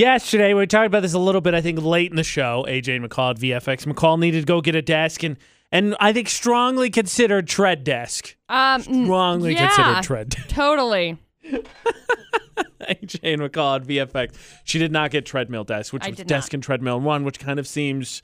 yesterday. We talked about this a little bit, I think, late in the show. AJ and McCall at VFX. McCall needed to go get a desk and and I think strongly considered tread desk. Um, n- Strongly yeah, considered tread desk. Totally. AJ and McCall at VFX. She did not get treadmill desk, which I was did desk not. and treadmill in one, which kind of seems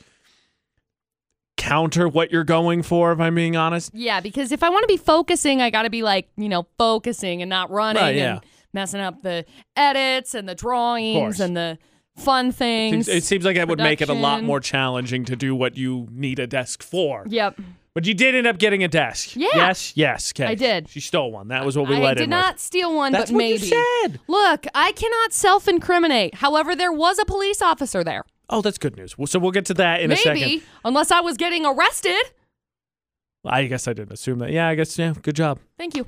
counter what you're going for, if I'm being honest. Yeah, because if I want to be focusing, I got to be like, you know, focusing and not running Right, yeah. and messing up the edits and the course. drawings and the fun things. Seems- It seems like that would make it a lot Production. more challenging to do what you need a desk for. yep. But you did end up getting a desk. Yeah. Yes, yes. 'kay. I did. She stole one. That was what we I let did in not steal one, with. That's but what maybe. you said. Look, I cannot self incriminate. However, there was a police officer there. Oh, that's good news. Well, So we'll get to that in a second. maybe, unless I was getting arrested. I guess I didn't assume that. Yeah, I guess. Yeah, good job. Thank you.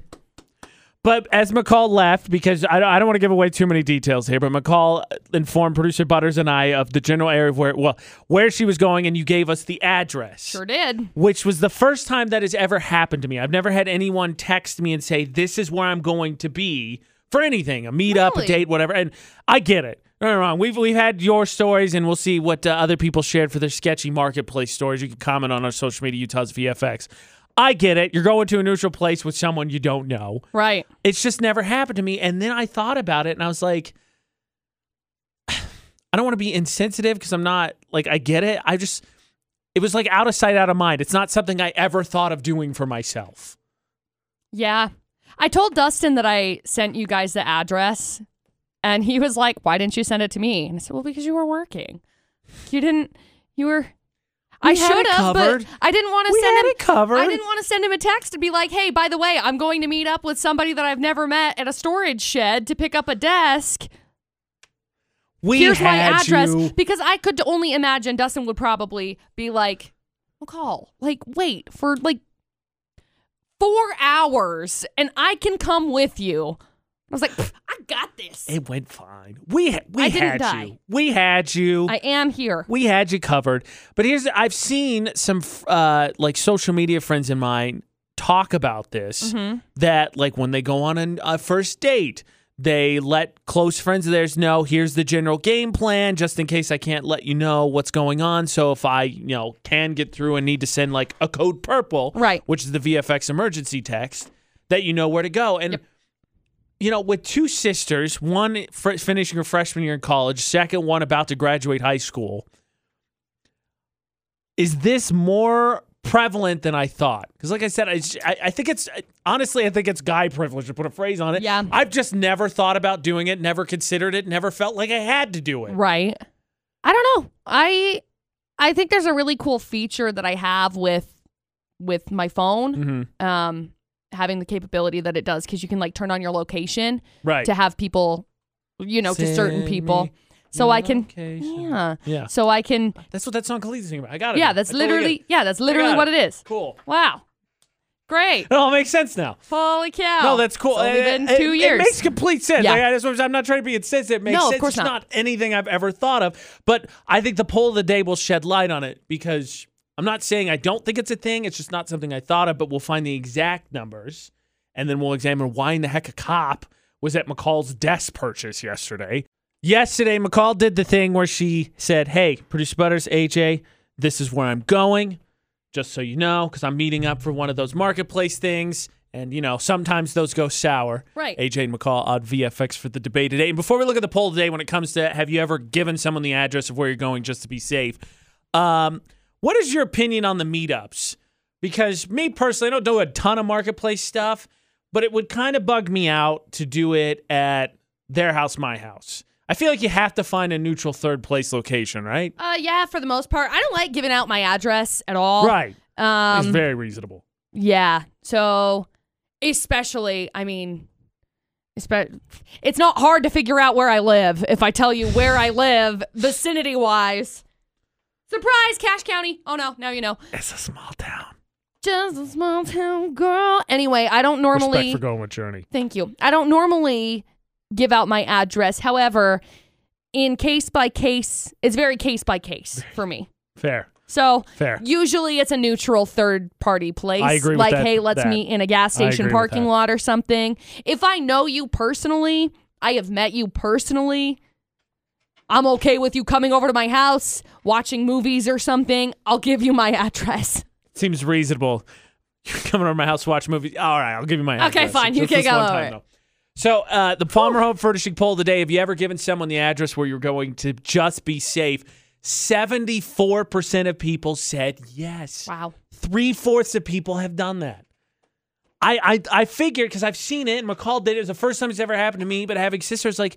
But as McCall left, because I, I don't want to give away too many details here, but McCall informed producer Butters and I of the general area of where, well, where she was going, and you gave us the address. Sure did. Which was the first time that has ever happened to me. I've never had anyone text me and say, This is where I'm going to be for anything a meetup, a Really? date, whatever. And I get it. Don't get me wrong. We've, we've had your stories, and we'll see what uh, other people shared for their sketchy marketplace stories. You can comment on our social media, Utah's VFX. I get it. You're going to a neutral place with someone you don't know Right. it's just never happened to me. And then I thought about it and I was like, I don't want to be insensitive because I'm not like, I get it. I just, it was like out of sight, out of mind. It's not something I ever thought of doing for myself. Yeah. I told Dustin that I sent you guys the address, and he was like, Why didn't you send it to me? And I said, Well, because you were working. You didn't, you were. I We had should it have, but covered. I didn't want to We send had him. it covered. I didn't want to send him a text to be like, "Hey, by the way, I'm going to meet up with somebody that I've never met at a storage shed to pick up a desk. We Here's my had address." you. Because I could only imagine Dustin would probably be like, "Well, call. Like, wait for like four hours, and I can come with you." I was like, "Pff, "I got this. It went fine. We, ha- we I had didn't you. die. We had you. I am here." we had you covered. But here's I've seen some f- uh, like social media friends of mine talk about this Mm-hmm. that like when they go on an, a first date, they let close friends of theirs know here's the general game plan just in case I can't let you know what's going on. So if I you know can get through and need to send like a code purple, Right. which is the VFX emergency text, that you know where to go and. Yep. You know, with two sisters, one fr- finishing her freshman year in college, second one about to graduate high school, is this more prevalent than I thought? Because, like I said, I, I, I think it's honestly, I think it's guy privilege to put a phrase on it. Yeah. I've just never thought about doing it, never considered it, never felt like I had to do it. Right. I don't know. I I think there's a really cool feature that I have with with my phone. Mhm. Um having the capability that it does cuz you can like turn on your location Right. to have people you know, to certain Send people. me So I can Location. Yeah. Yeah. So I can That's what that song Khalid's singing about. I got it. Yeah, now. that's I totally get literally Yeah, that's literally got what it. it is. Cool. Wow. Great. It all makes sense now. Holy cow. No, that's cool. It's only It- been it- 2 it, years. makes complete sense. Yeah. Like, I just, I'm not trying to be insensitive. It makes No, of sense. course it's not. anything I've ever thought of. But I think the poll of the day will shed light on it because I'm not saying I don't think it's a thing. It's just not something I thought of. But we'll find the exact numbers, and then we'll examine why in the heck a cop was at McCall's desk purchase yesterday. Yesterday, McCall did the thing where she said, "Hey, producer Butters, AJ, this is where I'm going." just so you know, because I'm meeting up for one of those marketplace things. And, you know, sometimes those go sour. Right. AJ and McCall on VFX for the debate today. And before we look at the poll today, when it comes to have you ever given someone the address of where you're going just to be safe, um, what is your opinion on the meetups? Because me personally, I don't do a ton of marketplace stuff, but it would kind of bug me out to do it at their house, my house. I feel like you have to find a neutral third place location, right? uh yeah, for the most part. I don't like giving out my address at all. Right. Um it's very reasonable. Yeah. So, especially, I mean, espe- it's not hard to figure out where I live if I tell you where I live, vicinity wise. Surprise, Cash County. Oh no, now you know. It's a small town. Just a small town girl. Anyway, I don't normally. Respect for going with Journey. Thank you. I don't normally give out my address. However, in case by case, it's very case by case for me. Fair, So fair. Usually it's a neutral third party place. I agree with Like, that- hey, let's that. meet in a gas I agree station with parking that. lot or something. If I know you personally, I have met you personally. I'm okay with you coming over to my house, watching movies or something. I'll give you my address. Seems reasonable. You're coming over to my house to watch movies. All right, I'll give you my Okay, address. fine, It's you just can this go one over time, it. though. So uh, the Palmer Home Furnishing poll today: Have you ever given someone the address where you're going to just be safe? Seventy-four percent of people said yes. Wow. Three fourths of people have done that. I I, I figured because I've seen it. and McCall did it. It was the first time it's ever happened to me. But having sisters, like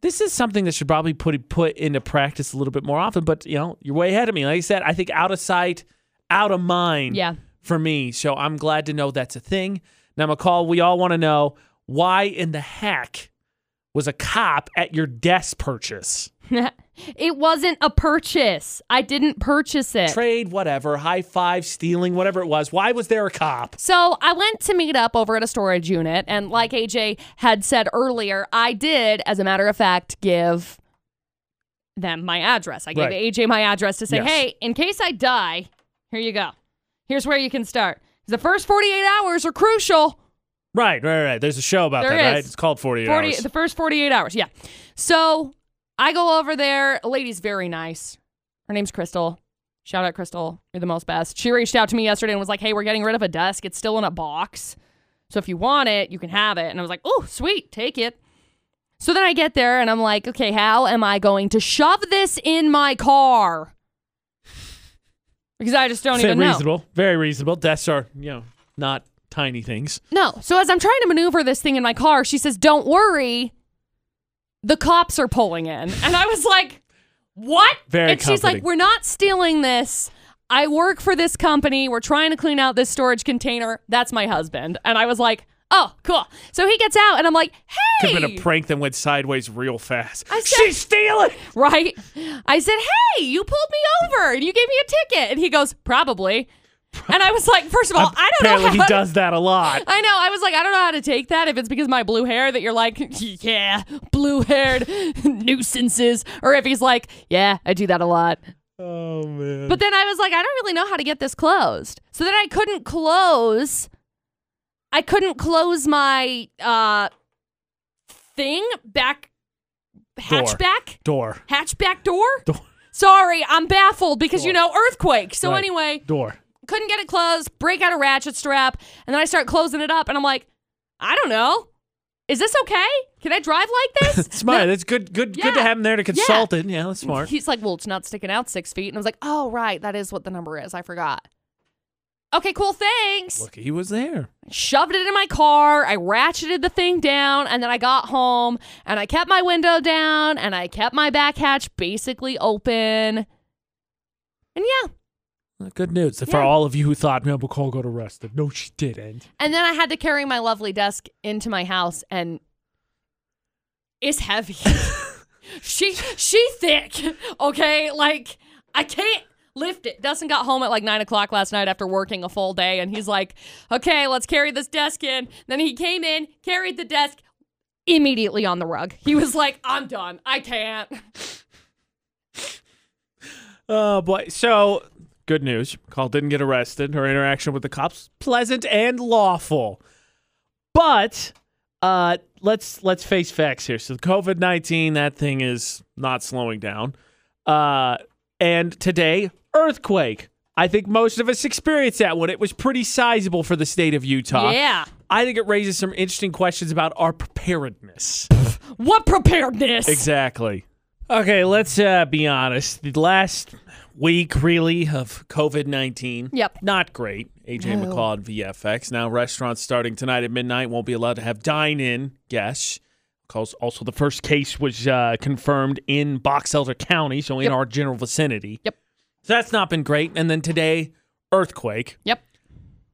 this is something that should probably put put into practice a little bit more often. But you know, you're way ahead of me. Like I said, I think out of sight, out of mind Yeah. for me. So I'm glad to know that's a thing. Now, McCall, we all want to know why in the heck was a cop at your desk purchase? it wasn't a purchase. I didn't purchase it. Trade, whatever, high five, stealing, whatever it was. Why was there a cop? So I went to meet up over at a storage unit, and like AJ had said earlier, I did, as a matter of fact, give them my address. I gave Right. AJ my address to say, Yes. hey, in case I die, here you go. Here's where you can start. The first 48 hours are crucial. Right, right, right. There's a show about There that, is. right? It's called 48 40, Hours. the first 48 hours, yeah. So I go over there. A lady's very nice. Her name's Crystal. Shout out, Crystal. You're the most best. She reached out to me yesterday and was like, hey, we're getting rid of a desk. It's still in a box. So if you want it, you can have it. And I was like, oh, sweet, take it. So then I get there and I'm like, okay, how am I going to shove this in my car? Because I just don't Say even know. reasonable, very reasonable. Desks are, you know, not tiny things. No. So as I'm trying to maneuver this thing in my car, she says, "Don't worry, the cops are pulling in." And I was like, "What?" Very And she's like, comforting. "We're not stealing this. I work for this company. We're trying to clean out this storage container. That's my husband." And I was like, "Oh, cool." So he gets out, and I'm like, "Hey!" Could have been a prank that went sideways real fast. I said- She's stealing. right? I said, "Hey, you pulled me over, and you gave me a ticket." And he goes, "Probably." And I was like, first of all, I don't know Apparently, how he to- does that a lot. I know. I was like, I don't know how to take that. If it's because of my blue hair that you're like, yeah, blue haired nuisances, or if he's like, yeah, I do that a lot. Oh man. But then I was like, I don't really know how to get this closed. So then I couldn't close. I couldn't close my uh thing back hatchback door, hatchback door. door, Sorry, I'm baffled because you know earthquake. So Right. anyway, door. couldn't get it closed, break out a ratchet strap, and then I start closing it up, and I'm like, I don't know. Is this okay? Can I drive like this? Smart. That's good. Good. Good to Yeah. have him there to consult it. Yeah, that's smart. He's like, well, it's not sticking out six feet. And I was like, oh, right. That is what the number is. I forgot. Okay, cool. Thanks. Look, he was there. Shoved it in my car. I ratcheted the thing down. And then I got home and I kept my window down and I kept my back hatch basically open. And yeah. Good news for Yeah. all of you who thought Mel McCall got arrested. No, she didn't. And then I had to carry my lovely desk into my house, and it's heavy. she she thick. Okay, like I can't lift it. Dustin got home at like nine o'clock last night after working a full day, and he's like, "Okay, let's carry this desk in." Then he came in, carried the desk immediately on the rug. He was like, "I'm done. I can't." Oh boy. So good news. McCall didn't get arrested. Her interaction with the cops pleasant and lawful. But uh, let's let's face facts here. So the COVID nineteen that thing is not slowing down. Uh, and today earthquake. I think most of us experienced that one. It was pretty sizable for the state of Utah. Yeah. I think it raises some interesting questions about our preparedness. What preparedness? Exactly. Okay, let's uh, be honest. The last week, really, of COVID 19. Yep. Not great. AJ No. McCall and VFX. Now, restaurants starting tonight at midnight won't be allowed to have dine in guests. 'Cause Also, the first case was uh, confirmed in Box Elder County, so in Yep. our general vicinity. Yep. So that's not been great. And then today, earthquake. Yep.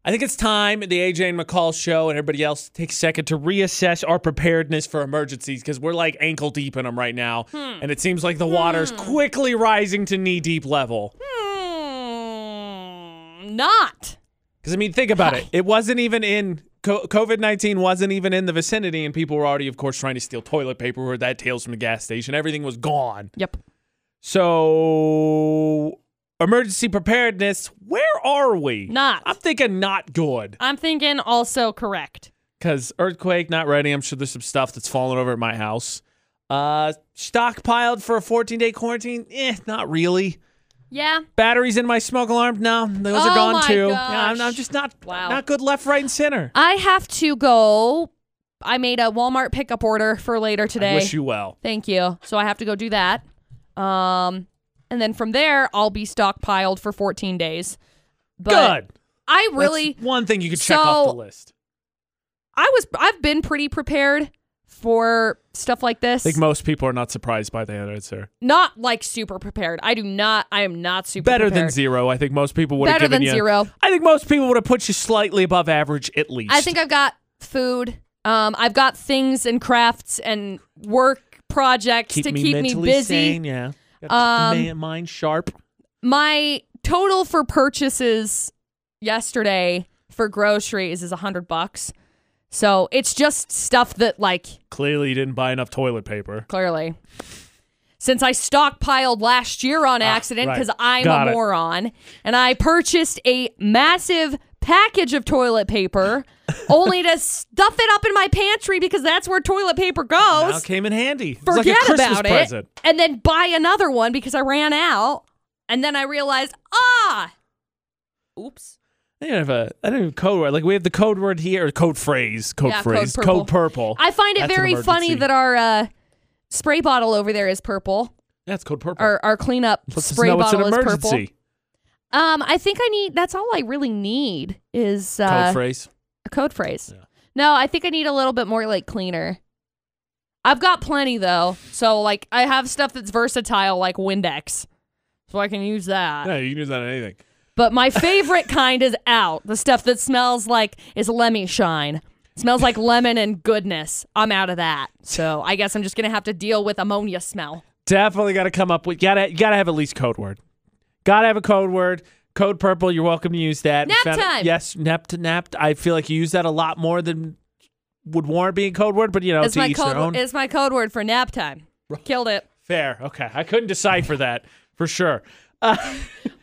I think it's time the AJ and McCall show and everybody else take a second to reassess our preparedness for emergencies because we're like ankle deep in them right now. And it seems like the water's quickly rising to knee deep level. Hmm, not. Because, I mean, think about it. It wasn't even in. COVID 19 wasn't even in the vicinity, and people were already, of course, trying to steal toilet paper or that tails from the gas station. Everything was gone. Yep. So, emergency preparedness, where are we? Not. I'm thinking not good. I'm thinking also correct. because earthquake not ready i'm sure there's some stuff that's falling over at my house uh, Uh, stockpiled for a 14 day quarantine? Eh, not really. Yeah. Batteries in my smoke alarm? No, those Oh are gone my too. Yeah, I'm, gosh. I'm just not Wow. not good left, right, and center. I have to go. I made a Walmart pickup order for later today. I wish you well. Thank you. So I have to go do that. Um, and then from there, I'll be stockpiled for 14 days. But good. I That's really, one thing you could check off So- the list. I was, I've been pretty prepared for stuff like this. I think most people are not surprised by the answer. not like super prepared. I do not. I am not super Better than prepared. zero. I think most people would have Better given than you. zero. I think most people would have put you slightly above average at least. I think I've got food. Um, I've got things and crafts and work projects keep to me keep me mentally busy. sane. Yeah, Gotta Um, keep the ma- mind sharp. my total for purchases yesterday for groceries is a hundred bucks. So it's just stuff that like Clearly, you didn't buy enough toilet paper. clearly since I stockpiled last year on accident Ah, right. because I'm Got a it. moron and I purchased a massive package of toilet paper only to stuff it up in my pantry because that's where toilet paper Now goes. it came in handy. It's like Forget a Christmas about it present. and then buy another one because I ran out. And then I realized, ah, oops. I don't have a. I don't have a code word. Like we have the code word here, or code phrase, code Yeah, code phrase, purple. code purple. I find it That's an very funny emergency. that our uh, spray bottle over there is purple. That's code purple. Our our cleanup Let's spray know it's an bottle is emergency. purple. Um, I think I need. That's all I really need is Code uh, phrase. a code phrase. Yeah. No, I think I need a little bit more like cleaner. I've got plenty though, so like I have stuff that's versatile, like Windex, so I can use that. No, you can use that on anything. But my favorite kind is out. The stuff that smells like is Lemmy Shine. smells like lemon and goodness. I'm out of that. So I guess I'm just gonna have to deal with ammonia smell. Definitely got to come up with. Gotta gotta have at least code word. Gotta have a code word. Code purple. You're welcome to use that. We Nap found it- time. yes, nap to nap. I feel like you use that a lot more than would warrant being code word, but you know, It's to my each code. their own. It's my code word for nap time. Killed it. Fair. Okay, I couldn't decipher that for sure.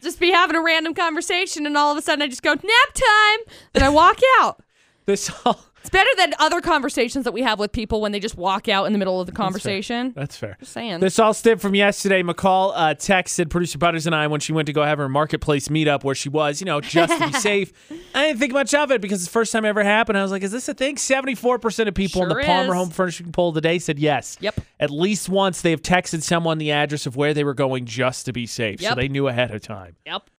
Just be having a random conversation, and all of a sudden I just go nap time, and I walk out. This all. It's better than other conversations that we have with people when they just walk out in the middle of the conversation. That's fair. Saying This all stemmed from yesterday. McCall uh, texted producer Butters and I when she went to go have her marketplace meetup where she was, you know, just to be safe. I didn't think much of it because it's the first time it ever happened. I was like, is this a thing? 74% of people in Sure the Palmer is. Home Furnishing poll today said yes. Yep. At least once they have texted someone the address of where they were going just to be safe. So Yep. they knew ahead of time. Yep.